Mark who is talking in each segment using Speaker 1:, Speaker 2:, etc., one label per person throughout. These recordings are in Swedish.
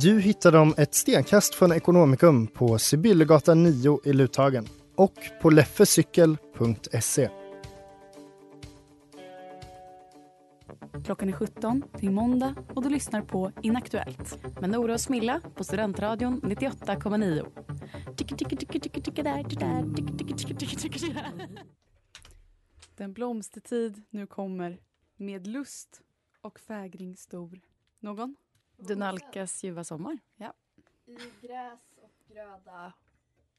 Speaker 1: Du hittar dem ett stenkast från Ekonomikum på Sibyllegatan 9 i Luthagen och på leffecykel.se.
Speaker 2: Klockan är 17, det är måndag och du lyssnar på Inaktuellt. Med Nora och Smilla på Studentradion 98,9. Tycker, tycker, tycker, tycker, tycker där, tycker där, tycker, tycker, tycker, tycker, tycker där.
Speaker 3: Den blomstertid nu kommer med lust och fägring stor. Någon?
Speaker 2: Du nalkas ljuva sommar. Ja.
Speaker 4: I gräs och gröda.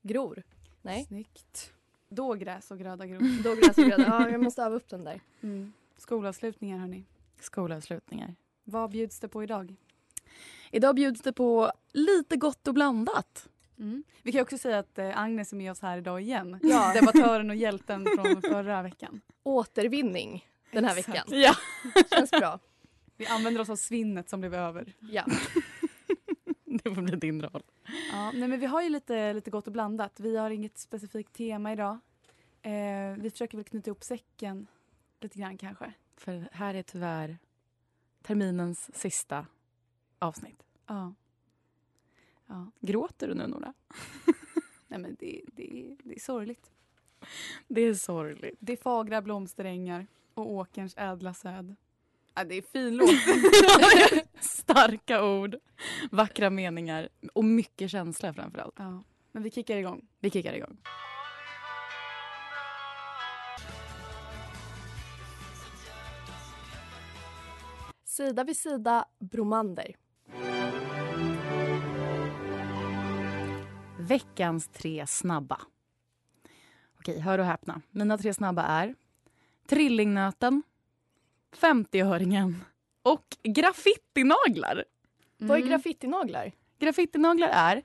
Speaker 2: Gror. Nej.
Speaker 3: Snyggt. Då gräs och gröda gror.
Speaker 4: Då gräs och gröda. Ja, jag måste öva upp den där.
Speaker 3: Mm. Skolavslutningar hörni.
Speaker 2: Skolavslutningar.
Speaker 3: Vad bjuds det på idag?
Speaker 2: Idag bjuds det på lite gott och blandat.
Speaker 3: Mm. Vi kan också säga att eh, Agnes är med oss här idag igen.
Speaker 4: Ja.
Speaker 3: Debattören och hjälten från förra veckan.
Speaker 4: Återvinning den här
Speaker 3: Exakt.
Speaker 4: veckan.
Speaker 2: Ja.
Speaker 4: Känns bra.
Speaker 3: Vi använder oss av svinnet som blev över.
Speaker 4: Ja.
Speaker 2: Det får bli din roll.
Speaker 3: Ja, nej, men vi har ju lite, lite gott och blandat. Vi har inget specifikt tema idag. Eh, vi försöker väl knyta ihop säcken lite grann kanske.
Speaker 2: För här är tyvärr terminens sista avsnitt.
Speaker 3: Ja. ja.
Speaker 2: Gråter du nu, Nora?
Speaker 3: Nej, men det, det, det är sorgligt.
Speaker 2: Det är sorgligt.
Speaker 3: Det är fagra blomsterängar och åkerns ädla säd. Ja, det är fin låt.
Speaker 2: Starka ord, vackra meningar och mycket känsla framför allt.
Speaker 3: ja. Men vi kickar igång.
Speaker 2: Vi kickar igång.
Speaker 4: Sida vid sida, Bromander.
Speaker 2: Veckans tre snabba. Okej, hör och häpna. Mina tre snabba är trillingnöten, 50-öringen och graffitinaglar.
Speaker 3: Mm.
Speaker 4: Vad är graffitinaglar?
Speaker 2: Graffitinaglar är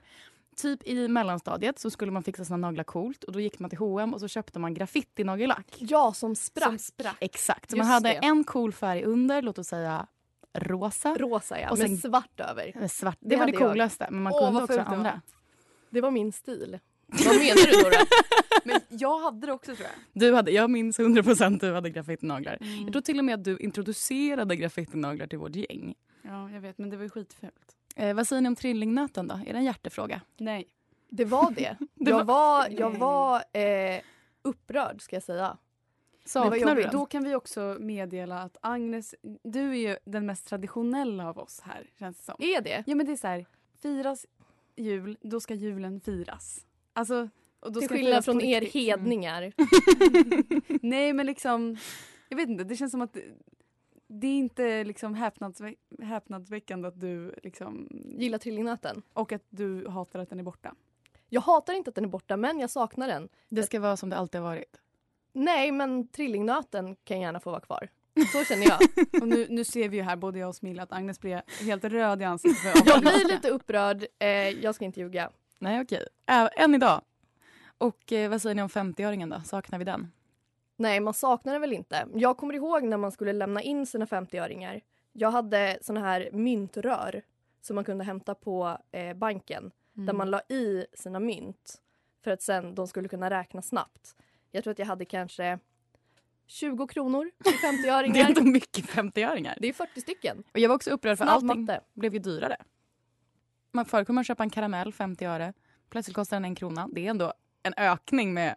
Speaker 2: typ i mellanstadiet så skulle man fixa sina naglar coolt och då gick man till H&M och så köpte man graffitinagellack.
Speaker 4: Ja, som sprack.
Speaker 3: Som sprack.
Speaker 2: Exakt. Så man
Speaker 4: Just
Speaker 2: hade
Speaker 4: det.
Speaker 2: en cool färg under, låt oss säga rosa.
Speaker 4: Rosa ja,
Speaker 2: Och
Speaker 4: med
Speaker 2: sen-
Speaker 4: svart över.
Speaker 2: Eller svart. Det,
Speaker 4: Det
Speaker 2: var det
Speaker 4: hade jag.
Speaker 2: coolaste, men man
Speaker 3: Åh,
Speaker 2: kunde
Speaker 3: vad
Speaker 2: också ha
Speaker 3: fult det var.
Speaker 2: andra.
Speaker 4: Det var min stil. Vad menar du Nora?
Speaker 3: Men jag hade det också tror jag.
Speaker 2: Du hade, jag minns 100% du hade graffitinaglar. Jag
Speaker 3: Mm.
Speaker 2: tror till och med att du introducerade graffitinaglar till vårt gäng.
Speaker 3: Ja, jag vet. Men det var ju skitfult.
Speaker 2: Eh, vad säger ni om trillingnöten då? Är det en hjärtefråga?
Speaker 3: Nej.
Speaker 4: Det var det.
Speaker 2: Det
Speaker 4: jag var, jag
Speaker 3: Nej.
Speaker 4: var eh, upprörd ska jag säga.
Speaker 3: Men
Speaker 2: Saknar du
Speaker 3: vad jobbigt.
Speaker 2: den?
Speaker 3: Då kan vi också meddela att Agnes, du är ju den mest traditionella av oss här känns det som.
Speaker 4: Är det?
Speaker 3: Ja men det är så här, firas jul, då ska julen firas. Alltså, och då
Speaker 4: Till
Speaker 3: ska den
Speaker 4: skillnad
Speaker 3: firas på
Speaker 4: från er
Speaker 3: riktigt.
Speaker 2: Mm.
Speaker 3: Mm.
Speaker 4: hedningar.
Speaker 3: Nej, men liksom... Jag vet inte, det känns som att det- det är inte liksom häpnadsvä- häpnadsväckande att du liksom...
Speaker 4: Gillar trillingnöten.
Speaker 3: Och att du hatar att den är borta.
Speaker 4: Jag hatar inte att den är borta men jag saknar den.
Speaker 2: Det ska vara som det alltid har varit.
Speaker 4: Nej men trillingnöten kan gärna få vara kvar. Så känner jag.
Speaker 3: Och nu, nu ser vi ju här, både jag och Smilla, att Agnes blev helt röd i ansiktet. för
Speaker 4: Jag
Speaker 3: avundsjuka.
Speaker 4: blir lite upprörd, eh, jag ska inte ljuga.
Speaker 2: Nej, okej. Ä- än idag. Och eh, vad säger ni om 50-öringen då? Saknar vi den?
Speaker 4: Nej, man saknar det väl inte. Jag kommer ihåg när man skulle lämna in sina 50-öringar. Jag hade såna här myntrör som man kunde hämta på eh, banken där
Speaker 2: Mm.
Speaker 4: man la i sina mynt för att sen de skulle kunna räkna snabbt. Jag tror att jag hade kanske 20 kronor i
Speaker 2: Det är
Speaker 4: 50-öringar.
Speaker 2: inte mycket 50-öringar.
Speaker 4: Det är 40 stycken.
Speaker 2: Och jag var också upprörd för
Speaker 4: Snabb
Speaker 2: allting
Speaker 4: matte.
Speaker 2: blev ju dyrare. Man förr kunde man köpa en karamell 50 öre. Plötsligt kostar den en krona. Det är ändå en ökning med,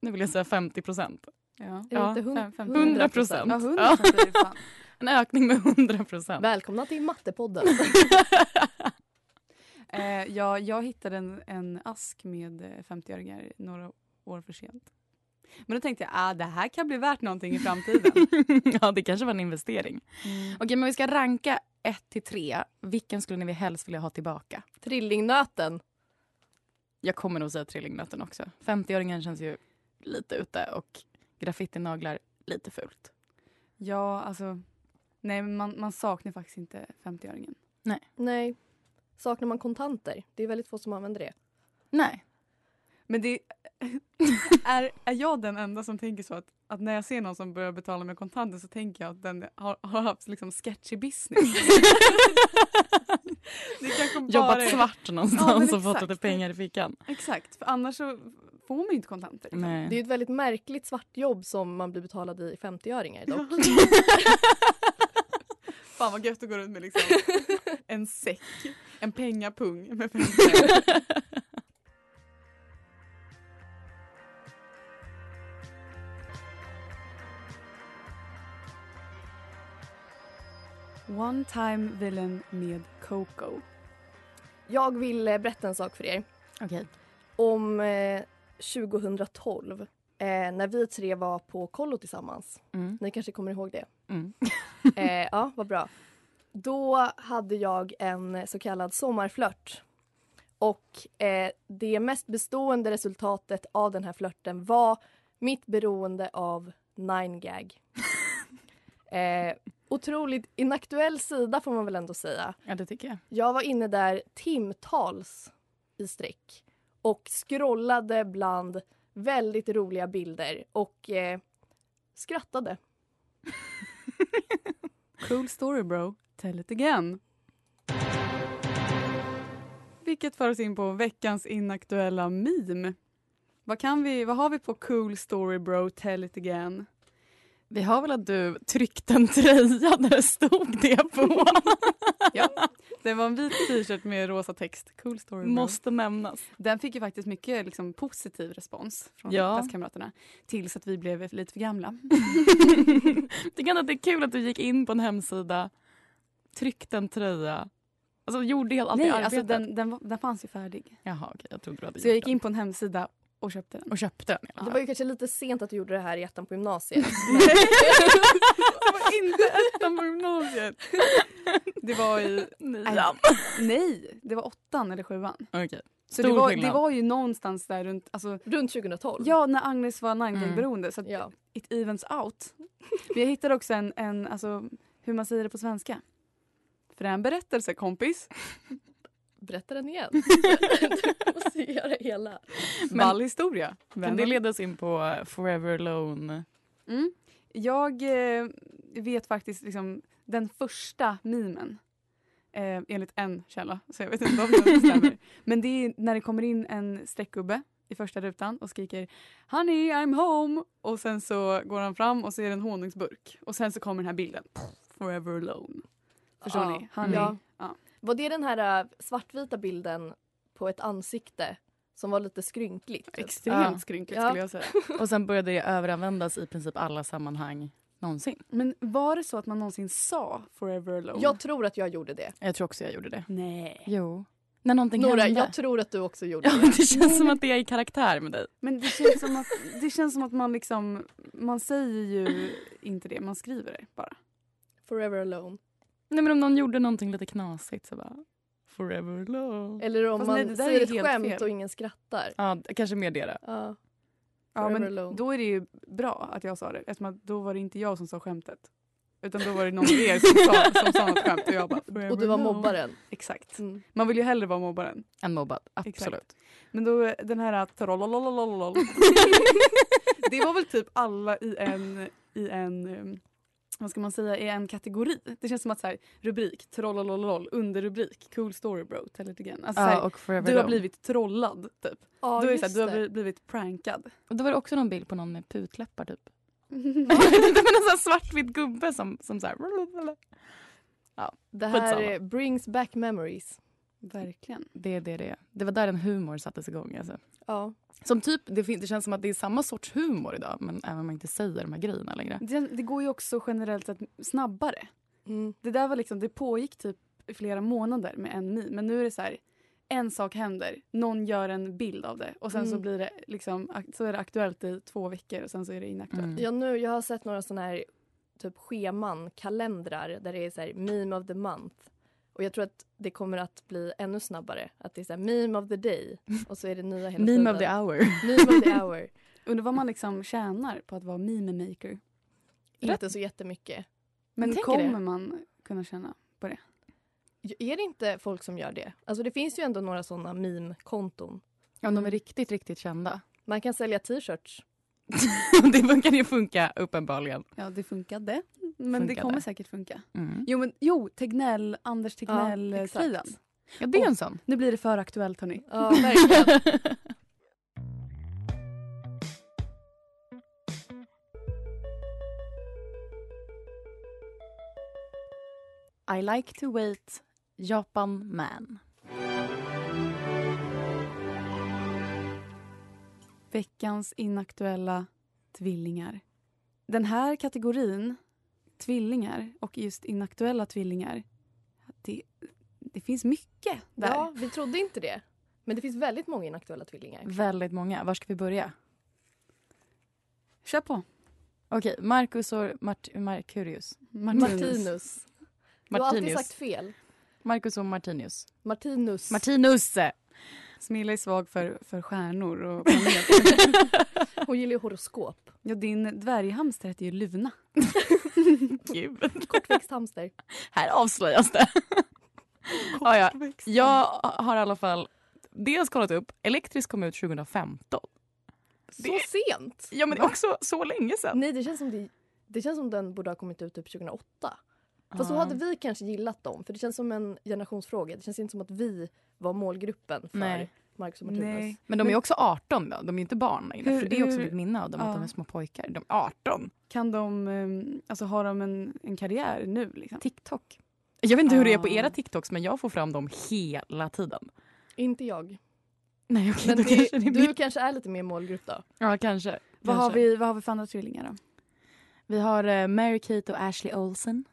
Speaker 2: nu vill jag säga 50 procent.
Speaker 3: Ja.
Speaker 4: Är det
Speaker 2: Ja,
Speaker 4: inte hund-
Speaker 3: fem- fem-
Speaker 2: 100 procent.
Speaker 3: Ja, hundra procent är det fan.
Speaker 2: En ökning med 100 procent.
Speaker 4: Välkomna till Mattepodden.
Speaker 3: Eh, Ja, jag hittade en, en ask med eh, 50-öringar några år för sent. Men då tänkte jag ah, det här kan bli värt någonting i framtiden.
Speaker 2: ja, det kanske var en investering.
Speaker 5: Mm.
Speaker 2: Okej, men vi ska ranka 1 till 3. Vilken skulle ni helst vilja ha tillbaka?
Speaker 5: Trillingnöten.
Speaker 2: Jag kommer nog säga trillingnöten också. 50-öringen känns ju lite ute och graffitinaglar lite fult.
Speaker 3: ja, alltså. Nej, men man, man saknar faktiskt inte 50-öringen.
Speaker 5: Nej. Saknar man kontanter? Det är väldigt få som använder det.
Speaker 2: Nej.
Speaker 3: Men det är, är jag den enda som tänker så att, att när jag ser någon som börjar betala med kontanter så tänker jag att den har, har haft liksom sketchy business. det kanske bara
Speaker 2: Jobbat
Speaker 3: är-
Speaker 2: svart
Speaker 3: Ja,
Speaker 2: någonstans
Speaker 3: men
Speaker 2: och fått
Speaker 3: exakt.
Speaker 2: lite pengar i fickan.
Speaker 3: Exakt, för annars så får man ju inte kontanter. liksom.
Speaker 5: Det är
Speaker 2: Nej.
Speaker 5: ju ett väldigt märkligt svartjobb som man blir betalad i 50-öringar dock.
Speaker 3: Fan vad gött att gå runt med liksom en säck, en pengapung med 50 One time villain med Coco.
Speaker 5: Jag vill eh, berätta en sak för er.
Speaker 2: Okej.
Speaker 5: Om eh, 2012, eh, när vi tre var på kollo tillsammans.
Speaker 2: Mm.
Speaker 5: Ni kanske kommer ihåg det?
Speaker 2: Mm.
Speaker 5: Eh, ja, vad bra. Då hade jag en så kallad sommarflört. Och eh, det mest bestående resultatet av den här flörten var mitt beroende av 9gag. eh, otroligt inaktuell sida får man väl ändå säga.
Speaker 2: Ja, det tycker jag.
Speaker 5: Jag var inne där timtals i sträck och scrollade bland väldigt roliga bilder och eh, skrattade.
Speaker 3: Cool story bro, tell it again. Vilket för oss in på veckans inaktuella meme. Vad, kan vi, vad har vi på cool story bro, tell it again?
Speaker 2: Vi har väl att du tryckte en tröja där det stod det på.
Speaker 3: Ja, det var en vit t-shirt med rosa text. Cool story
Speaker 5: Mm.
Speaker 3: bro.
Speaker 2: Måste nämnas.
Speaker 3: Den fick ju faktiskt mycket liksom, positiv respons från
Speaker 2: Ja.
Speaker 3: klasskamraterna. Tills att vi blev lite för gamla.
Speaker 2: Tycker inte att det är kul att du gick in på en hemsida, tryckte en tröja, alltså gjorde helt allt
Speaker 3: Nej,
Speaker 2: det arbetet?
Speaker 3: alltså den, den, var- den fanns ju färdig.
Speaker 2: Jaha, okej, jag trodde du hade
Speaker 3: Så jag gick in på en hemsida och köpte den.
Speaker 2: och köpte den.
Speaker 5: Det var ju kanske lite sent att du gjorde det här i ettan på gymnasiet.
Speaker 3: Det var inte ettan på gymnasiet. Det var i...
Speaker 2: Nian.
Speaker 3: Nej, det var åttan eller sjuan.
Speaker 2: Okej.
Speaker 3: Så
Speaker 2: Stor
Speaker 3: det var, det
Speaker 2: skillnad.
Speaker 3: var ju någonstans där runt... Alltså,
Speaker 5: Runt 2012.
Speaker 3: ja, när Agnes var
Speaker 2: Mm.
Speaker 3: Ninegag-beroende. Så att
Speaker 5: Ja.
Speaker 3: it evens out. Men jag hittade också en, en alltså, hur man säger det på svenska. För det är en berättelse, kompis.
Speaker 5: Berätta den igen. du måste ju göra hela.
Speaker 2: Men-
Speaker 3: Ball historia.
Speaker 2: Kan det
Speaker 3: vännen.
Speaker 2: leda oss in på eh, Forever Alone?
Speaker 3: Mm. Jag eh, vet faktiskt liksom, den första mimen. Eh, enligt en källa, så jag vet inte om den stämmer. Men det är när det kommer in en streckgubbe i första rutan och skriker “Honey, I'm home” och sen så går han fram och så är det en honungsburk. Och sen så kommer den här bilden. Forever alone. Förstår
Speaker 5: Ja.
Speaker 3: ni? Honey.
Speaker 5: Ja.
Speaker 3: Ja.
Speaker 5: Var det den här äh, svartvita bilden på ett ansikte som var lite skrynkligt? typ?
Speaker 3: Extremt
Speaker 2: Ja.
Speaker 3: skrynkligt
Speaker 5: Ja.
Speaker 3: skulle jag säga.
Speaker 2: Och sen började det överanvändas i princip alla sammanhang någonsin.
Speaker 3: Men var det så att man någonsin sa “Forever alone”?
Speaker 5: Jag tror att jag gjorde det.
Speaker 2: Jag tror också jag gjorde det.
Speaker 3: Nej.
Speaker 2: Jo. När någonting
Speaker 5: Nora,
Speaker 2: hände.
Speaker 5: jag tror att du också gjorde
Speaker 2: Ja,
Speaker 5: det.
Speaker 2: men det känns som att det är i karaktär med dig.
Speaker 3: Men det känns som att, det känns som att man liksom, man säger ju inte det, man skriver det bara.
Speaker 5: Forever alone.
Speaker 2: Nej men om någon gjorde någonting lite knasigt så bara Forever alone.
Speaker 5: Eller om
Speaker 3: Fast
Speaker 5: man
Speaker 3: nej, det där är
Speaker 5: säger ett
Speaker 3: helt
Speaker 5: skämt
Speaker 3: fel.
Speaker 5: och ingen skrattar.
Speaker 2: Ja, d- kanske mer det då.
Speaker 5: Ja.
Speaker 3: Ja, men
Speaker 5: Forever alone.
Speaker 3: då är det ju bra att jag sa det eftersom att då var det inte jag som sa skämtet. Utan då var det någon av er som sa, som sa något skämt och jag bara forever
Speaker 5: Och du var
Speaker 3: alone.
Speaker 5: mobbaren.
Speaker 3: Exakt.
Speaker 5: Mm.
Speaker 3: Man vill ju hellre vara mobbaren.
Speaker 2: En mobbad,
Speaker 3: Exakt.
Speaker 2: absolut.
Speaker 3: Men då den här trollololololol. det var väl typ alla i en, i en um, vad ska man säga, i en kategori. Det känns som att så här, rubrik, trollololol, underrubrik, cool story bro, tell it again.
Speaker 5: Ah,
Speaker 3: Alltså, så här,
Speaker 2: Ja, och Forever
Speaker 3: Du har
Speaker 2: Alone.
Speaker 3: blivit trollad typ.
Speaker 5: Ja,
Speaker 3: du, är
Speaker 5: just
Speaker 3: så här, du har
Speaker 5: det.
Speaker 3: bli- blivit prankad.
Speaker 2: Och då var det också någon bild på någon med putläppar typ. Jag vet inte, men en sån här svartvit gubbe som, som så här.
Speaker 5: Det här
Speaker 2: Skitsamma.
Speaker 5: eh, brings back memories.
Speaker 3: Verkligen.
Speaker 2: Det är det det är. Det var där en humor sattes igång alltså.
Speaker 5: Ja.
Speaker 2: Som typ, det, fin- det känns som att det är samma sorts humor idag men även om man inte säger de här grejerna längre.
Speaker 3: Det, det går ju också generellt sett snabbare.
Speaker 5: Mm.
Speaker 3: Det där var liksom, det pågick typ i flera månader med en meme. Men nu är det så här, en sak händer, någon gör en bild av det och sen så
Speaker 5: Mm.
Speaker 3: blir det liksom, ak- så är det aktuellt i två veckor och sen så är det
Speaker 2: Mm.
Speaker 3: inaktuellt.
Speaker 5: Ja, nu, jag har sett några sådana här typ scheman, kalendrar där det är så här meme of the month. Och jag tror att det kommer att bli ännu snabbare. Att det är så här meme of the day och så är det nya hela
Speaker 2: Meme
Speaker 5: tiden.
Speaker 2: of the hour.
Speaker 5: Meme of the hour.
Speaker 3: Undrar vad man liksom tjänar på att vara meme maker.
Speaker 5: Inte så jättemycket.
Speaker 3: Men
Speaker 5: tänker
Speaker 3: kommer
Speaker 5: det.
Speaker 3: man kunna tjäna?
Speaker 5: Är det inte folk som gör det? Alltså det finns ju ändå några sådana meme-konton.
Speaker 2: Om de är riktigt, riktigt kända.
Speaker 5: Man kan sälja t-shirts.
Speaker 2: det funkar ju funka uppenbarligen.
Speaker 3: Ja, det funkade. Men det
Speaker 2: Funkade.
Speaker 3: kommer säkert funka.
Speaker 2: Mm.
Speaker 3: Jo, men jo, Tegnell, Anders
Speaker 5: Ja, exakt.
Speaker 3: Tegnell-tröjan.
Speaker 2: Ja, det är en sån.
Speaker 3: nu blir det för aktuellt hörni.
Speaker 5: Ja, verkligen.
Speaker 2: I like to wait, Japan man.
Speaker 3: Veckans inaktuella tvillingar. Den här kategorin, tvillingar och just inaktuella tvillingar, det, det finns mycket där.
Speaker 5: ja, vi trodde inte det. Men det finns väldigt många inaktuella tvillingar.
Speaker 2: Väldigt många. Var ska vi börja?
Speaker 3: Kör på.
Speaker 2: Okej, Marcus och Mart- Marcurius.
Speaker 5: Martinus. Du har alltid
Speaker 2: Martinius.
Speaker 5: sagt fel.
Speaker 2: Marcus och Martinius.
Speaker 5: Martinus.
Speaker 2: Martinus!
Speaker 3: Smilla är svag för, för stjärnor och planeter.
Speaker 5: Hon gillar ju horoskop.
Speaker 3: ja, din dvärghamster heter ju Luna.
Speaker 2: Gud.
Speaker 5: Kortväxt hamster.
Speaker 2: Här avslöjas det. ja, ja. Jag har i alla fall dels kollat upp, Elektris kom ut 2015.
Speaker 5: Så sent!
Speaker 2: Ja men det är också så länge sedan.
Speaker 5: Nej, det känns, som det, det känns som den borde ha kommit ut typ 2008. Fast då hade vi kanske gillat dem, för det känns som en generationsfråga. Det känns inte som att vi var målgruppen för
Speaker 2: Nej.
Speaker 5: Marcus och Martinus.
Speaker 3: Nej.
Speaker 2: Men de är också 18 då, de är inte barn längre.
Speaker 3: Hur-
Speaker 2: för det är också
Speaker 3: hur-
Speaker 2: mitt minne av dem,
Speaker 3: ja.
Speaker 2: att de är små pojkar. De är 18.
Speaker 3: Kan de, eh, alltså har de en, en karriär nu liksom?
Speaker 2: TikTok. Jag vet inte hur det är på
Speaker 3: Ah.
Speaker 2: era TikToks men jag får fram dem hela tiden.
Speaker 5: Inte jag.
Speaker 2: Nej okej,
Speaker 5: Men
Speaker 2: då
Speaker 5: det,
Speaker 2: kanske det är
Speaker 5: du
Speaker 2: mitt.
Speaker 5: kanske är lite mer målgrupp då.
Speaker 2: Ja kanske.
Speaker 3: Vad har,
Speaker 2: Kanske.
Speaker 3: vi, vad har vi för andra tvillingar då?
Speaker 2: Vi har eh, Mary-Kate och Ashley Olsen.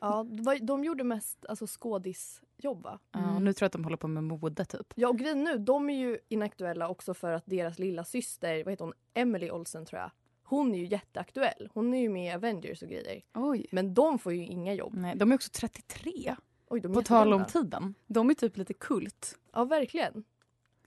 Speaker 5: Ja, det var- de gjorde mest alltså, skådisjobb va?
Speaker 2: Ja, nu tror jag att de håller på med mode typ.
Speaker 5: Ja och grejen nu, de är ju inaktuella också för att deras lilla syster, vad heter hon, Emily Olsen tror jag. Hon är ju jätteaktuell. Hon är ju med i Avengers och grejer.
Speaker 3: Oj.
Speaker 5: Men de får ju inga jobb.
Speaker 2: Nej, de är också 33.
Speaker 5: Oj, de är
Speaker 2: På tal om
Speaker 5: jättegamla.
Speaker 2: tiden.
Speaker 3: De är typ lite kult.
Speaker 5: Ja, verkligen.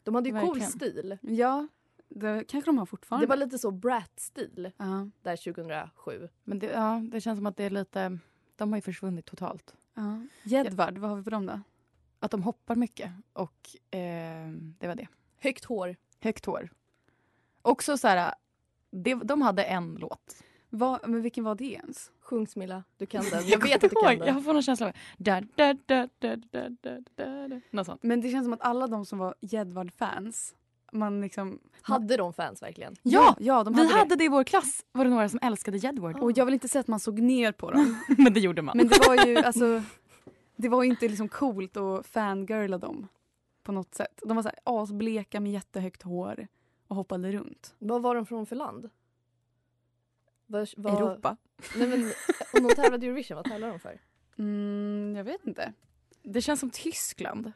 Speaker 5: De hade ju cool
Speaker 2: Verkligen.
Speaker 5: stil.
Speaker 3: Ja, det kanske de har
Speaker 5: Det
Speaker 3: fortfarande.
Speaker 5: var lite så Brat-stil
Speaker 3: Ja,
Speaker 5: där 2007.
Speaker 2: Men det, ja, det känns som att det är lite... De har ju försvunnit totalt.
Speaker 3: ja. Jedvard, vad har vi på dem då?
Speaker 2: Att de hoppar mycket och eh, det var det.
Speaker 5: Högt hår.
Speaker 2: Högt hår. Också så här... Det, de hade en låt.
Speaker 3: Vad, men vilken var det ens?
Speaker 5: Sjung Smilla, du kan den. Jag vet att du
Speaker 2: kommer
Speaker 5: kan
Speaker 2: ihåg,
Speaker 5: den.
Speaker 2: Jag får någon känsla av da, da, da, da, da, da, da, da. Något sånt.
Speaker 3: Men det känns som att alla de som var Jedvard-fans, man liksom...
Speaker 5: Hade de fans verkligen?
Speaker 2: Ja,
Speaker 3: ja de
Speaker 2: vi
Speaker 3: hade,
Speaker 2: hade det. i vår klass. Var det några som älskade Jedward?
Speaker 3: det. Och jag vill inte säga att man såg ner på dem.
Speaker 2: Men det gjorde man.
Speaker 3: Men det var ju alltså... Det var ju inte liksom coolt att fangirla dem på något sätt. De var så här asbleka med jättehögt hår och hoppade runt.
Speaker 5: Vad var de från för land? Var, var...
Speaker 2: Europa.
Speaker 5: Nej, men, om de tävlade i Eurovision, vad tävlade de för?
Speaker 3: Mm, jag vet inte.
Speaker 2: Det känns som Tyskland.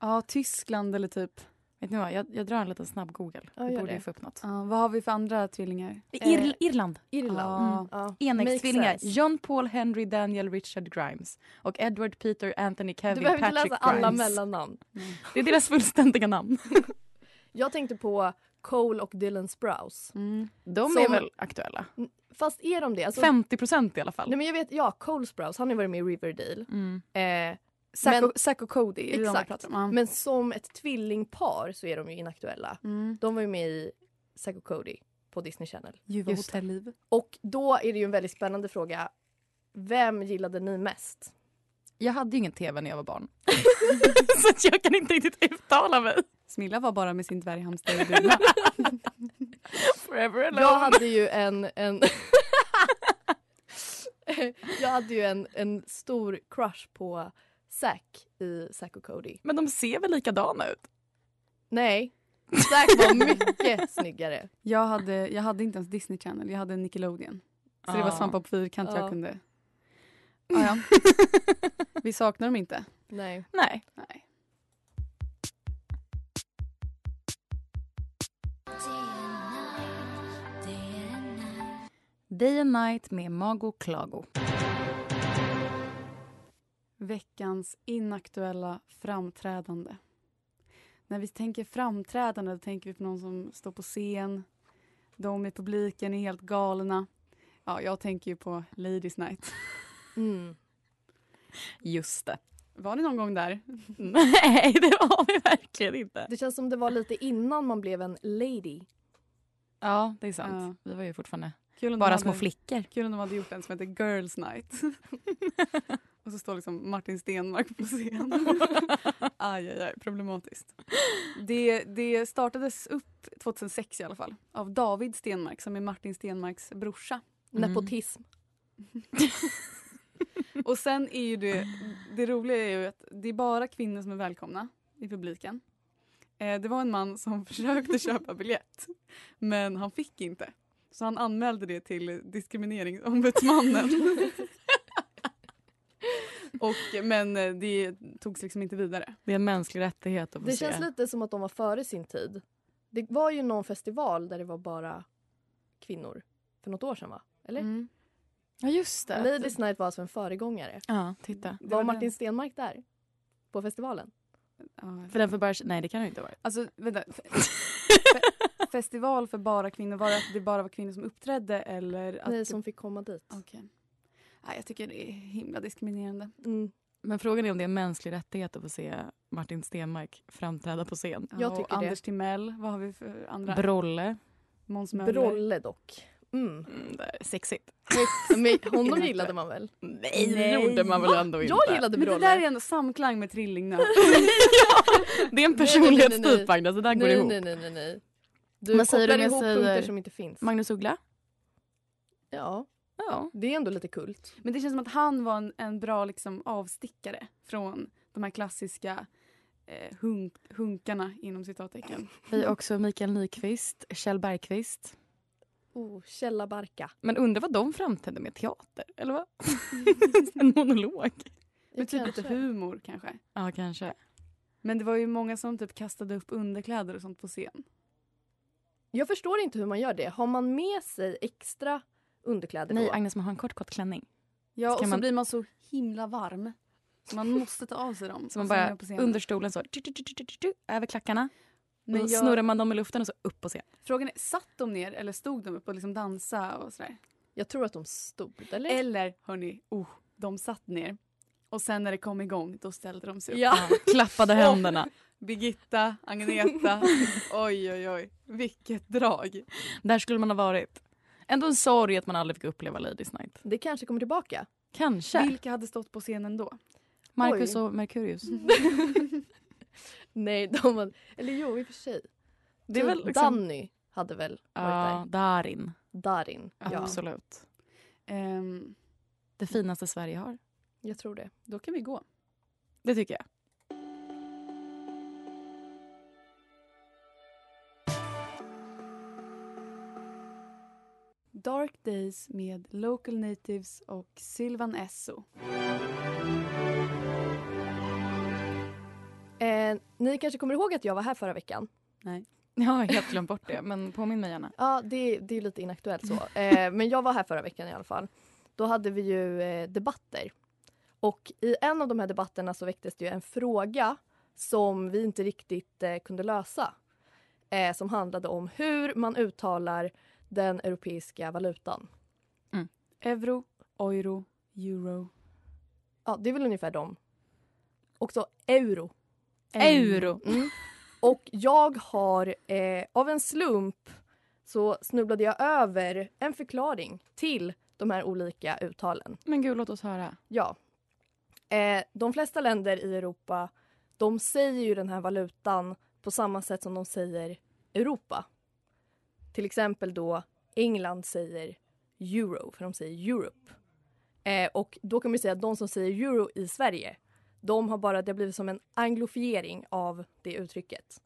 Speaker 3: Ja, Tyskland eller typ...
Speaker 2: Vet ni vad? Jag, jag drar en liten snabb google.
Speaker 5: Ja,
Speaker 2: vi
Speaker 5: gör
Speaker 2: borde
Speaker 5: det.
Speaker 2: ju
Speaker 5: eh,
Speaker 2: få upp något.
Speaker 3: Ja, vad har vi för andra tvillingar?
Speaker 2: Ir- Irland.
Speaker 5: Irland.
Speaker 3: Ja.
Speaker 5: Ja.
Speaker 2: Enäggstvillingar.
Speaker 5: Makes sense.
Speaker 2: John Paul Henry Daniel Richard Grimes. Och Edward Peter Anthony
Speaker 5: Du
Speaker 2: Kevin
Speaker 5: behöver
Speaker 2: Patrick
Speaker 5: inte läsa alla
Speaker 2: Grimes.
Speaker 5: mellannamn.
Speaker 2: Det är deras fullständiga namn.
Speaker 5: Jag tänkte på Cole och Dylan Sprouse.
Speaker 2: Mm.
Speaker 3: Mm.
Speaker 2: De
Speaker 5: Som-
Speaker 2: är väl aktuella?
Speaker 5: Fast är de det? Alltså,
Speaker 2: 50 procent i alla fall.
Speaker 5: Nej, men jag vet, ja, Cole Sprouse, han har ju varit med i Riverdale.
Speaker 2: Mm.
Speaker 5: Eh,
Speaker 3: Zack
Speaker 5: Men-
Speaker 3: och, Zack och Cody, är det de vi
Speaker 5: Exakt.
Speaker 3: pratar om? Ja.
Speaker 5: Men som ett tvillingpar så är de ju inaktuella.
Speaker 3: Mm.
Speaker 5: De var ju med i Zack och Cody på Disney Channel.
Speaker 3: Ljuva
Speaker 2: Just det.
Speaker 3: hotelliv.
Speaker 5: Och då är det ju en väldigt spännande fråga. Vem gillade ni mest?
Speaker 2: Jag hade ju ingen tv när jag var barn. så att jag kan inte riktigt uttala mig.
Speaker 3: Smilla var bara med sin dvärghamster i buren.
Speaker 2: Forever
Speaker 5: Jag hade ju en... en jag hade ju en, en stor crush på Zack i Zack och Cody.
Speaker 2: Men de ser väl likadana ut?
Speaker 5: Nej, Zack var mycket snyggare.
Speaker 3: jag, hade, jag hade inte ens Disney Channel, jag hade Nickelodeon. Så det var
Speaker 2: Ah.
Speaker 3: Svampa på fyrkant
Speaker 5: Ja.
Speaker 3: jag kunde. Ah, ja. Vi saknar dem inte.
Speaker 5: Nej.
Speaker 2: Nej.
Speaker 3: Nej.
Speaker 6: Day and Night med Mago Klago.
Speaker 3: Veckans inaktuella framträdande. När vi tänker framträdande då tänker vi på någon som står på scen. De i publiken är helt galna. Ja, jag tänker ju på Ladies Night.
Speaker 5: Mm.
Speaker 2: Just det.
Speaker 3: Var ni någon gång där?
Speaker 2: Nej, det har vi verkligen inte.
Speaker 5: Det känns som det var lite innan man blev en lady.
Speaker 2: Ja, det är sant. Vi var ju fortfarande
Speaker 3: Kul om de
Speaker 2: bara
Speaker 3: hade-
Speaker 2: små flickor.
Speaker 3: Kul om de hade gjort en som heter Girls Night. Och så står liksom Martin Stenmark på scen. aj, aj, aj, problematiskt. Det, det startades upp 2006 i alla fall av David Stenmark som är Martin Stenmarks brorsa.
Speaker 2: Mm.
Speaker 5: Nepotism.
Speaker 3: Och sen är ju det, det roliga är ju att det är bara kvinnor som är välkomna i publiken. Eh, det var en man som försökte köpa biljett men han fick inte. Så han anmälde det till diskrimineringsombudsmannen. Och, men eh, det togs liksom inte vidare.
Speaker 2: Det är en mänsklig rättighet att få
Speaker 5: Det
Speaker 2: se.
Speaker 5: känns lite som att de var före sin tid. Det var ju någon festival där det var bara kvinnor för något år sedan va? Eller?
Speaker 3: Mm.
Speaker 2: Ja, typ. just det.
Speaker 5: Ladies Night var alltså en föregångare.
Speaker 2: Ja, titta.
Speaker 5: Var,
Speaker 3: var den.
Speaker 5: Martin Stenmark där? På festivalen?
Speaker 3: Ja.
Speaker 2: För den för bara... Nej, det kan det inte ha varit.
Speaker 3: Alltså vänta. Fe- fe- festival för bara kvinnor, var det att det bara var kvinnor som uppträdde eller? Att
Speaker 2: typ.
Speaker 5: Nej, som fick komma dit.
Speaker 3: Okej. Nej, jag tycker det är himla diskriminerande.
Speaker 5: Mm.
Speaker 2: Men frågan är om det är en mänsklig rättighet att få se Martin Stenmark framträda på scen.
Speaker 3: Ja,
Speaker 5: Jag
Speaker 3: och
Speaker 5: tycker det.
Speaker 3: Anders Timell, vad har vi för andra?
Speaker 2: Brolle.
Speaker 3: Måns Möller.
Speaker 5: Brolle dock. Mm.
Speaker 2: Mm, det är sexigt.
Speaker 5: Men honom gillade man väl?
Speaker 2: Nej, det gjorde man väl ändå inte.
Speaker 5: Jag gillade
Speaker 3: Men det där är
Speaker 5: Brolle.
Speaker 3: ändå samklang med Trillingnöt.
Speaker 2: Det är
Speaker 5: Nej, nej, nej, nej,
Speaker 2: en
Speaker 5: nej.
Speaker 2: personlighetstyp Agnes, det där går
Speaker 5: Nej,
Speaker 2: ihop.
Speaker 5: nej, nej, nej, nej. Du
Speaker 2: Vad säger
Speaker 5: kopplar
Speaker 2: du när jag
Speaker 5: ihop
Speaker 2: säger-
Speaker 5: punkter som inte finns.
Speaker 2: Magnus Uggla?
Speaker 5: Ja,
Speaker 2: Ja.
Speaker 5: det är ändå lite kult.
Speaker 3: Men det känns som att han var en, en bra liksom, avstickare från de här klassiska eh, hunk, hunkarna inom citattecken.
Speaker 2: Vi också Mikael Nyqvist, Kjell Bergqvist.
Speaker 5: Oh, Källa Barka.
Speaker 2: Men undrar vad de framträdde med teater, eller vad? en monolog.
Speaker 3: Men typ lite
Speaker 5: Kanske.
Speaker 3: humor kanske.
Speaker 2: Ja, kanske.
Speaker 3: Men det var ju många som typ kastade upp underkläder och sånt på scen.
Speaker 5: Jag förstår inte hur man gör det. Har man med sig extra underkläder
Speaker 2: Nej,
Speaker 5: då?
Speaker 2: Agnes, man har en kort, kort klänning.
Speaker 3: Ja,
Speaker 2: Ska
Speaker 3: och så
Speaker 2: man-
Speaker 3: blir man så himla varm. Så man måste ta av sig dem.
Speaker 2: Så man
Speaker 3: Och sen är
Speaker 2: bara
Speaker 3: jag på scenen.
Speaker 2: under stolen så, tu, tu, tu, tu, tu, tu, över klackarna.
Speaker 3: Men
Speaker 2: och så
Speaker 3: jag-
Speaker 2: snurrar man dem i luften och så upp på scen.
Speaker 3: Frågan är, satt de ner eller stod de upp och liksom dansade och sådär?
Speaker 5: Jag tror att de stod, eller?
Speaker 3: Eller hörni, oh, de satt ner. Och sen när det kom igång, då ställde de sig upp.
Speaker 5: ja.
Speaker 2: Klappade händerna.
Speaker 3: Birgitta, Agneta, oj oj oj, vilket drag.
Speaker 2: Där skulle man ha varit. Ändå en sorg att man aldrig fick uppleva Ladies Night.
Speaker 5: Det kanske kommer tillbaka.
Speaker 2: Kanske.
Speaker 3: Vilka hade stått på scenen då?
Speaker 2: Marcus
Speaker 5: Oj.
Speaker 2: och Merkurius.
Speaker 5: Nej, de var... Eller jo, i och för sig.
Speaker 2: Det är
Speaker 5: Typ
Speaker 2: väl liksom...
Speaker 5: Danny hade väl varit
Speaker 2: Ja, Darin.
Speaker 5: där. Darin. Ja,
Speaker 2: Absolut.
Speaker 3: Ehm,
Speaker 2: Det finaste Sverige har.
Speaker 5: jag tror det.
Speaker 3: då kan vi gå.
Speaker 2: Det tycker jag.
Speaker 3: Dark Days med Local Natives och Sylvan Esso.
Speaker 5: Eh, ni kanske kommer ihåg att jag var här förra veckan?
Speaker 2: Jag har helt glömt bort det, men påminn mig gärna.
Speaker 5: Ja, det, det är lite inaktuellt så. Eh, men jag var här förra veckan i alla fall. Då hade vi ju eh, debatter. Och i en av de här debatterna så väcktes det ju en fråga som vi inte riktigt eh, kunde lösa. Eh, som handlade om hur man uttalar den europeiska valutan.
Speaker 3: Euro, euro, euro.
Speaker 5: Ja, det är väl ungefär dem. Och så euro.
Speaker 2: Euro.
Speaker 5: Mm. Och jag har eh, av en slump så snubblade jag över en förklaring till de här olika uttalen.
Speaker 2: Men gud, låt oss höra.
Speaker 5: Ja. Eh, de flesta länder i Europa de säger ju den här valutan på samma sätt som de säger Europa. Till exempel då England säger euro, för de säger Europe. Eh, och då kan man ju säga att de som säger euro i Sverige, de har bara, det har blivit som en anglofiering av det uttrycket.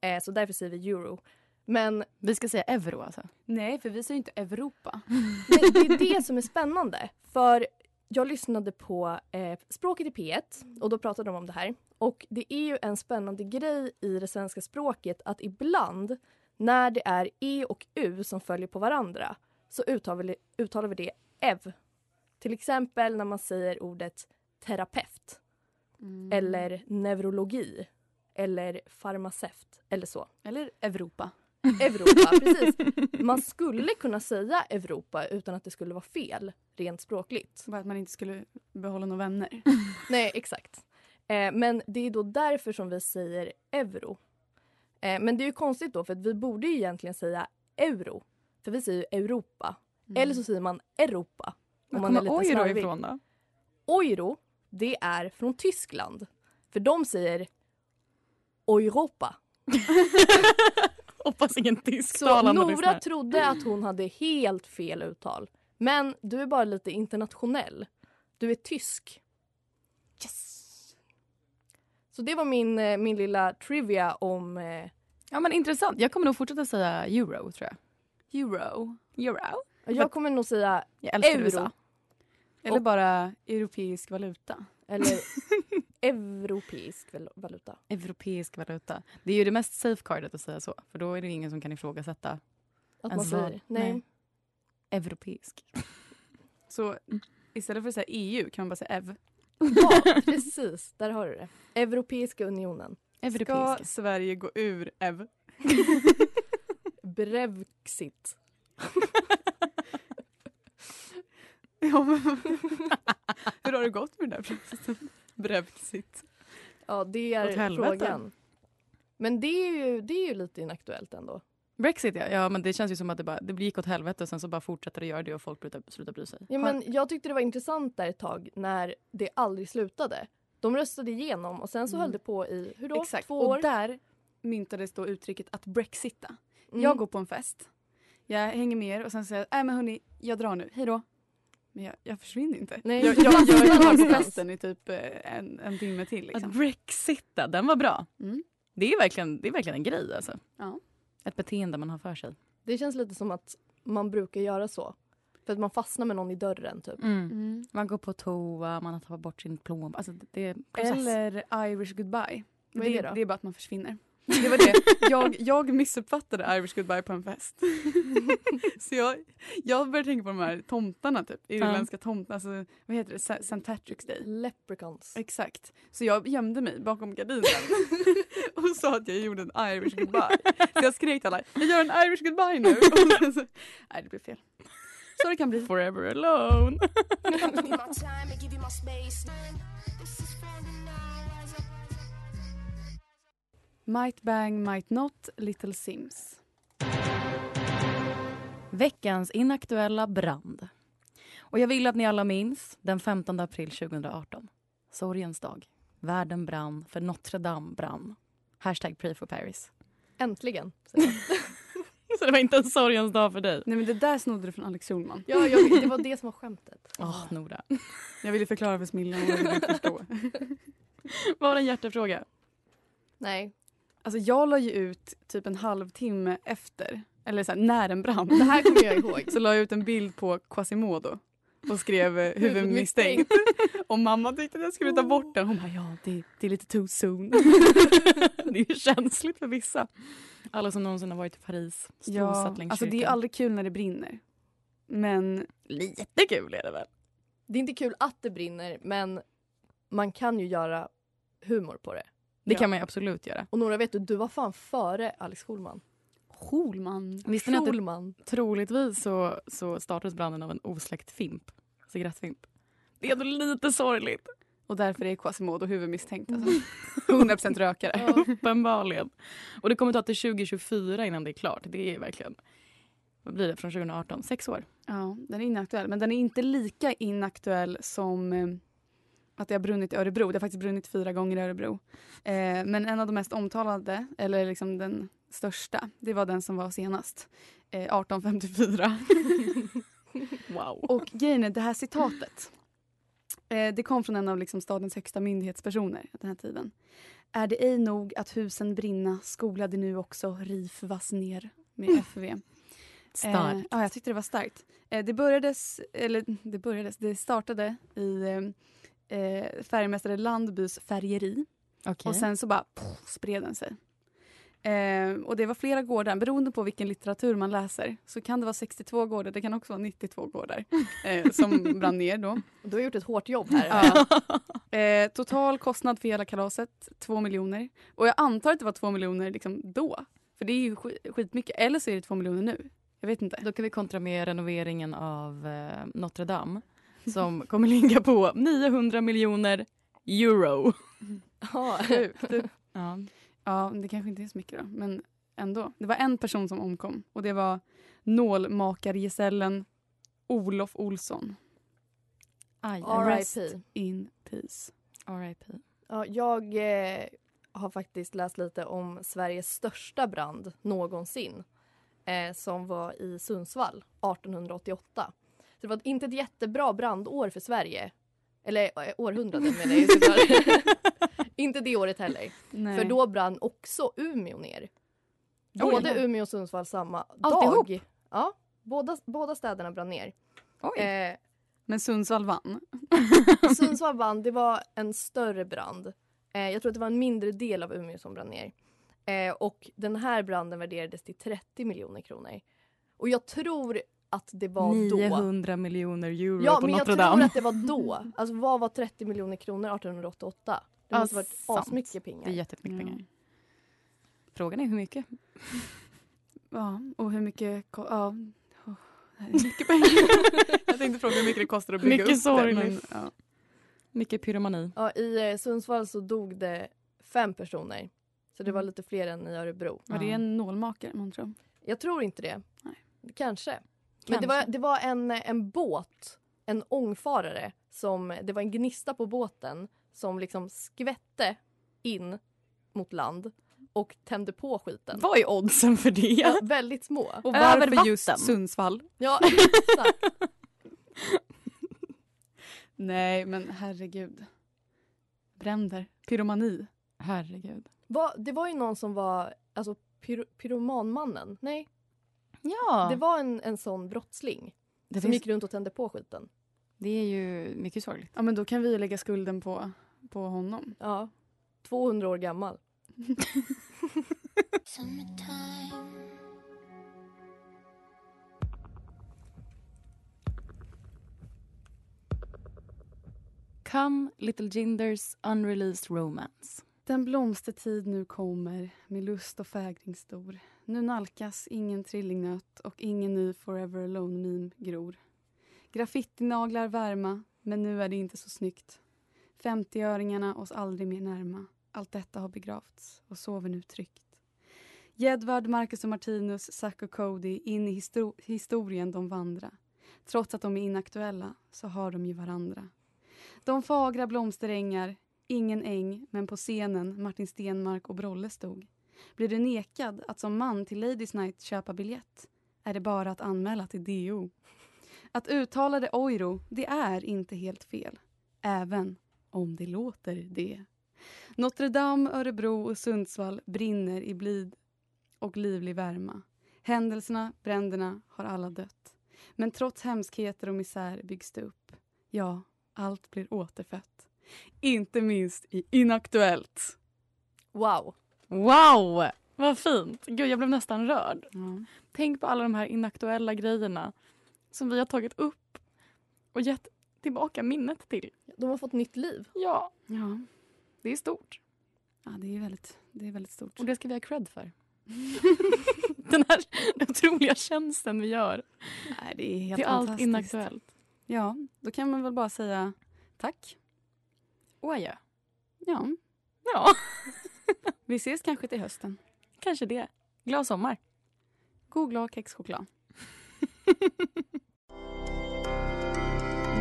Speaker 5: Eh, så därför säger vi euro. Men
Speaker 2: Vi ska säga euro alltså.
Speaker 3: Nej, för vi säger inte Europa.
Speaker 5: Men det är det som är spännande. För jag lyssnade på eh, Språket i P1 och då pratade de om det här. Och det är ju en spännande grej i det svenska språket att ibland När det är e och u som följer på varandra så uttalar vi, uttalar vi det ev. Till exempel när man säger ordet terapeut
Speaker 3: Mm.
Speaker 5: eller neurologi eller farmaceut eller så.
Speaker 3: Eller Europa.
Speaker 5: Europa, precis. Man skulle kunna säga Europa utan att det skulle vara fel rent språkligt.
Speaker 3: Bara att man inte skulle behålla några vänner.
Speaker 5: Nej, exakt. Eh, men det är då därför som vi säger euro. Eh, men det är ju konstigt då för att vi borde ju egentligen säga euro. För vi säger ju Europa. Eller så säger man Europa.
Speaker 2: Var Mm. kommer oj då ifrån då?
Speaker 5: Euro, det är från Tyskland. För de säger Europa.
Speaker 2: Hoppas ingen
Speaker 5: Så
Speaker 2: tysktalande
Speaker 5: Nora
Speaker 2: lyssnar.
Speaker 5: trodde att hon hade helt fel uttal. Men du är bara lite internationell. Du är tysk.
Speaker 3: Yes!
Speaker 5: Så det var min, eh, min lilla trivia om... eh,
Speaker 2: Ja men intressant. Jag kommer nog fortsätta säga euro tror jag.
Speaker 3: Euro.
Speaker 2: Euro?
Speaker 5: Jag kommer nog säga
Speaker 2: Jag älskar
Speaker 5: Euro.
Speaker 2: USA.
Speaker 3: Eller bara europeisk valuta.
Speaker 5: eller europeisk val- valuta.
Speaker 2: Europeisk valuta. Det är ju det mest safeguardat att säga så. För då är det ingen som kan ifrågasätta
Speaker 5: Att
Speaker 2: Ens
Speaker 5: man
Speaker 2: val.
Speaker 5: säger, nej.
Speaker 2: Alltså, Nej. europeisk.
Speaker 3: Så istället för att säga EU kan man bara säga EV.
Speaker 5: Ja, precis. Där har du det. Europeiska unionen.
Speaker 2: Europeiska.
Speaker 3: Ska Sverige gå ur EV?
Speaker 5: Brexit.
Speaker 3: Ja, men, hur har det gått med den där processen? Brexit.
Speaker 5: Ja, det
Speaker 2: Åt
Speaker 5: är
Speaker 2: helvete.
Speaker 5: frågan. Men det är, ju, det är ju lite inaktuellt ändå.
Speaker 2: Brexit ja. ja, men det känns ju som att det, bara, det gick åt helvete och sen så bara fortsätter det göra det och folk slutar, slutar bry sig.
Speaker 5: Ja, men jag tyckte det var intressant där ett tag när det aldrig slutade. De röstade igenom och sen så höll det på i hur då?
Speaker 3: Exakt.
Speaker 5: två år.
Speaker 3: Och där myntades då uttrycket att brexita.
Speaker 5: Mm.
Speaker 3: Jag går på en fest. Jag hänger med er och sen säger jag, nej men hörni, jag drar nu, hejdå. Men jag, jag försvinner inte.
Speaker 5: Nej.
Speaker 3: Jag, jag, jag, jag är kvar på
Speaker 5: Någonstans.
Speaker 3: festen i typ eh, en, en timme till.
Speaker 2: Att
Speaker 3: Liksom.
Speaker 2: brexita, den var bra.
Speaker 3: Mm.
Speaker 2: Det är verkligen, det är verkligen en grej alltså.
Speaker 3: Ja.
Speaker 2: Ett beteende man har för sig.
Speaker 5: Det känns lite som att man brukar göra så. För att man fastnar med någon i dörren typ.
Speaker 3: Mm.
Speaker 2: Man går på toa, man har tappat bort sin plånbok. Alltså det- det är en process.
Speaker 3: Eller Irish goodbye.
Speaker 5: Vad är det då?
Speaker 3: Det är bara att man försvinner. Det var det. Jag, jag missuppfattade Irish goodbye på en fest. Så jag, jag började tänka på de här tomtarna, typ. irländska tomtarna. Alltså, vad heter det? Sa- St. Patrick's Day.
Speaker 5: Leprechauns.
Speaker 3: Exakt. Så jag gömde mig bakom gardinen och sa att jag gjorde en Irish goodbye. Så jag skrek till alla, jag gör en Irish goodbye nu. Och sen så, nej, det blev fel. Så det kan bli.
Speaker 2: Forever alone.
Speaker 3: Might bang, might not, Little Sims.
Speaker 2: Veckans inaktuella brand. Och jag vill att ni alla minns den 15 april 2018. Sorgens dag. Världen brann, för Notre Dame brann. Hashtag pray for Paris.
Speaker 5: Äntligen. säger
Speaker 2: Så det var inte en sorgens dag för dig.
Speaker 3: Nej men det där snodde du från Alex Schulman.
Speaker 5: jag. ja, jag, det var det som var skämtet. Ah.
Speaker 2: Åh, Nora.
Speaker 3: Jag ville förklara för Smilla och hon ville inte förstå.
Speaker 2: Var det en hjärtefråga?
Speaker 5: Nej.
Speaker 3: Alltså jag la ju ut typ en halvtimme efter, eller så här, när den brann.
Speaker 5: Det här kommer jag ihåg.
Speaker 3: Så la jag ut en bild på Quasimodo och skrev eh, huvudmisstänkt. Och mamma tyckte att jag skulle ta bort den. Hon bara ja det, det är lite too soon.
Speaker 2: Det är ju känsligt för vissa. Alla som någonsin har varit i Paris, strosat längs
Speaker 3: alltså det är ju
Speaker 2: kyrkan.
Speaker 3: aldrig kul när det brinner. Men
Speaker 2: Lite kul är det väl?
Speaker 5: Det är inte kul att det brinner men man kan ju göra humor på det.
Speaker 2: Det
Speaker 3: Ja.
Speaker 2: kan man ju absolut göra.
Speaker 5: Och Nora vet du, du var fan före Alex Schulman.
Speaker 3: Holman.
Speaker 2: Visste ni att det,
Speaker 5: Schulman.
Speaker 2: troligtvis så, så startades branden av en osläckt fimp? Cigarettfimp. Det är ändå lite sorgligt.
Speaker 3: Och därför är Quasimodo huvudmisstänkt. Alltså. 100% rökare.
Speaker 2: Uppenbarligen. Och det kommer ta till 2024 innan det är klart. Det är verkligen... Vad blir det? Från 2018? Sex år.
Speaker 3: Ja, den är inaktuell. Men den är inte lika inaktuell som eh, att det har brunnit i Örebro. Det har faktiskt brunnit fyra gånger i Örebro. Eh, men en av de mest omtalade, eller liksom den största, det var den som var senast. Eh, 1854.
Speaker 2: Wow.
Speaker 3: Och grejen är, det här citatet. Eh, det kom från en av liksom stadens högsta myndighetspersoner den här tiden. Är det ej nog att husen brinna, skola det nu också, riv vass ner. Med FV. Eh,
Speaker 2: Starkt.
Speaker 3: ja, jag tyckte det var starkt. Eh, det börjades, eller det börjades, det startade i eh, eh, färgmästare Landbys färgeri
Speaker 2: Okej.
Speaker 3: och sen så bara pff, spred den sig. Eh, och det var flera gårdar. Beroende på vilken litteratur man läser så kan det vara 62 gårdar, det kan också vara 92 gårdar eh, som brann ner då.
Speaker 5: Du har gjort ett hårt jobb här.
Speaker 3: Ja. Eh, total kostnad för hela kalaset, 2 miljoner. Och jag antar att det var 2 miljoner liksom då. För det är ju sk- skitmycket. Eller så är det 2 miljoner nu. Jag vet inte.
Speaker 2: Då kan vi kontra med renoveringen av eh, Notre Dame som kommer ligga på 900 miljoner euro.
Speaker 5: Ja.
Speaker 2: Ja.
Speaker 3: Ja, men det kanske inte är så mycket då, men ändå. Det var en person som omkom och det var nålmakargesällen Olof Olsson.
Speaker 2: Aj,
Speaker 5: RIP.
Speaker 3: In peace.
Speaker 2: R.I.P.
Speaker 5: Ja, jag eh, har faktiskt läst lite om Sveriges största brand någonsin eh, som var i Sundsvall 1888. Så det var inte ett jättebra brandår för Sverige. Eller eh, århundrade menar jag ju såklart. Inte det året heller.
Speaker 3: Nej.
Speaker 5: För då brann också Umeå ner. Både Umeå och Sundsvall samma
Speaker 3: Alltihop?
Speaker 5: dag. Ja, båda, båda städerna brann ner.
Speaker 3: Oj.
Speaker 5: Eh,
Speaker 3: Men Sundsvall vann.
Speaker 5: Sundsvall brann, det var en större brand. Eh, jag tror att det var en mindre del av Umeå som brann ner. Eh, och den här branden värderades till 30 miljoner kronor. Och jag tror att det var då.
Speaker 2: 900 miljoner euro
Speaker 5: Ja,
Speaker 2: på
Speaker 5: men jag
Speaker 2: Notre
Speaker 5: tror
Speaker 2: Dame.
Speaker 5: att det var då. Alltså vad var 30 miljoner kronor 1888? Det
Speaker 2: Ja,
Speaker 5: måste ha varit
Speaker 2: sant.
Speaker 5: asmycket
Speaker 2: Det är
Speaker 5: pengar.
Speaker 2: jättemycket
Speaker 3: Mm.
Speaker 2: pengar. Frågan är hur mycket.
Speaker 3: Ja, och hur mycket... ko- Ja. Oh, det här är mycket pengar. jag tänkte fråga hur mycket det kostar att bygga
Speaker 2: Mycket
Speaker 3: upp det.
Speaker 2: sorgligt.
Speaker 3: Men, ja.
Speaker 2: Mycket pyromani.
Speaker 5: Ja, I eh, Sundsvall så dog det fem personer. Så det var lite fler än i Örebro.
Speaker 3: Var det en nålmakare man tror?
Speaker 5: Jag tror inte det. Kanske. Men
Speaker 2: Kanske.
Speaker 5: det var, det var en, en båt, en ångfarare, som, det var en gnista på båten som liksom skvätte in mot land och tände på skiten.
Speaker 2: Vad är oddsen för det?
Speaker 5: Ja, väldigt små.
Speaker 3: Och
Speaker 2: Över
Speaker 3: varför just
Speaker 2: vatten.
Speaker 3: Sundsvall?
Speaker 5: Ja, exakt.
Speaker 3: Nej, men herregud. Bränder. Pyromani.
Speaker 2: Herregud.
Speaker 5: Va, det var ju någon som var alltså, pyro, pyromanmannen. Nej,
Speaker 2: Ja,
Speaker 5: det
Speaker 2: det,
Speaker 5: var en, en sån brottsling som
Speaker 2: finns,
Speaker 5: gick runt och tände på skiten.
Speaker 2: det är ju mycket sorgligt.
Speaker 3: Ja, men då kan vi lägga skulden på, på honom.
Speaker 5: Ja, 200 år gammal.
Speaker 2: Come Little Ginders Unreleased Romance.
Speaker 3: Den blomstertid nu kommer med lust och fägring stor. Nu nalkas ingen trillingnöt och ingen ny forever alone-meme gror. Graffitinaglar värma, men nu är det inte så snyggt. 50-öringarna oss aldrig mer närma. Allt detta har begravts och sover nu tryggt. Jedward, Marcus och Martinus, Zack och Cody in i histo- historien de vandra. Trots att de är inaktuella så har de ju varandra. De fagra blomsterängar, Ingen äng, men på scenen Martin Stenmark och Brolle stod. Blir du nekad att som man till Ladies Night köpa biljett är det bara att anmäla till DO. Att uttala det oiro, det är inte helt fel. Även om det låter det. Notre Dame, Örebro och Sundsvall brinner i blid och livlig värma. Händelserna, bränderna, har alla dött. Men trots hemskheter och misär byggs det upp. Ja, allt blir återfött. Inte minst i Inaktuellt.
Speaker 5: Wow.
Speaker 2: Wow, vad fint! Gud, jag blev nästan rörd. Tänk på alla de här inaktuella grejerna som vi har tagit upp och gett tillbaka minnet till.
Speaker 5: De har fått nytt liv.
Speaker 2: Ja,
Speaker 3: Ja.
Speaker 2: det är stort.
Speaker 3: ja, det är väldigt, det är väldigt stort.
Speaker 2: Och det ska vi ha cred för. Den här otroliga tjänsten vi gör
Speaker 3: Nej, det är helt
Speaker 2: till allt
Speaker 3: fantastiskt.
Speaker 2: inaktuellt.
Speaker 3: Ja, då kan man väl bara säga tack.
Speaker 2: Åh ja.
Speaker 3: Ja,
Speaker 2: Ja,
Speaker 3: vi ses kanske till hösten.
Speaker 2: kanske det. Glad sommar.
Speaker 3: God glad kexchoklad.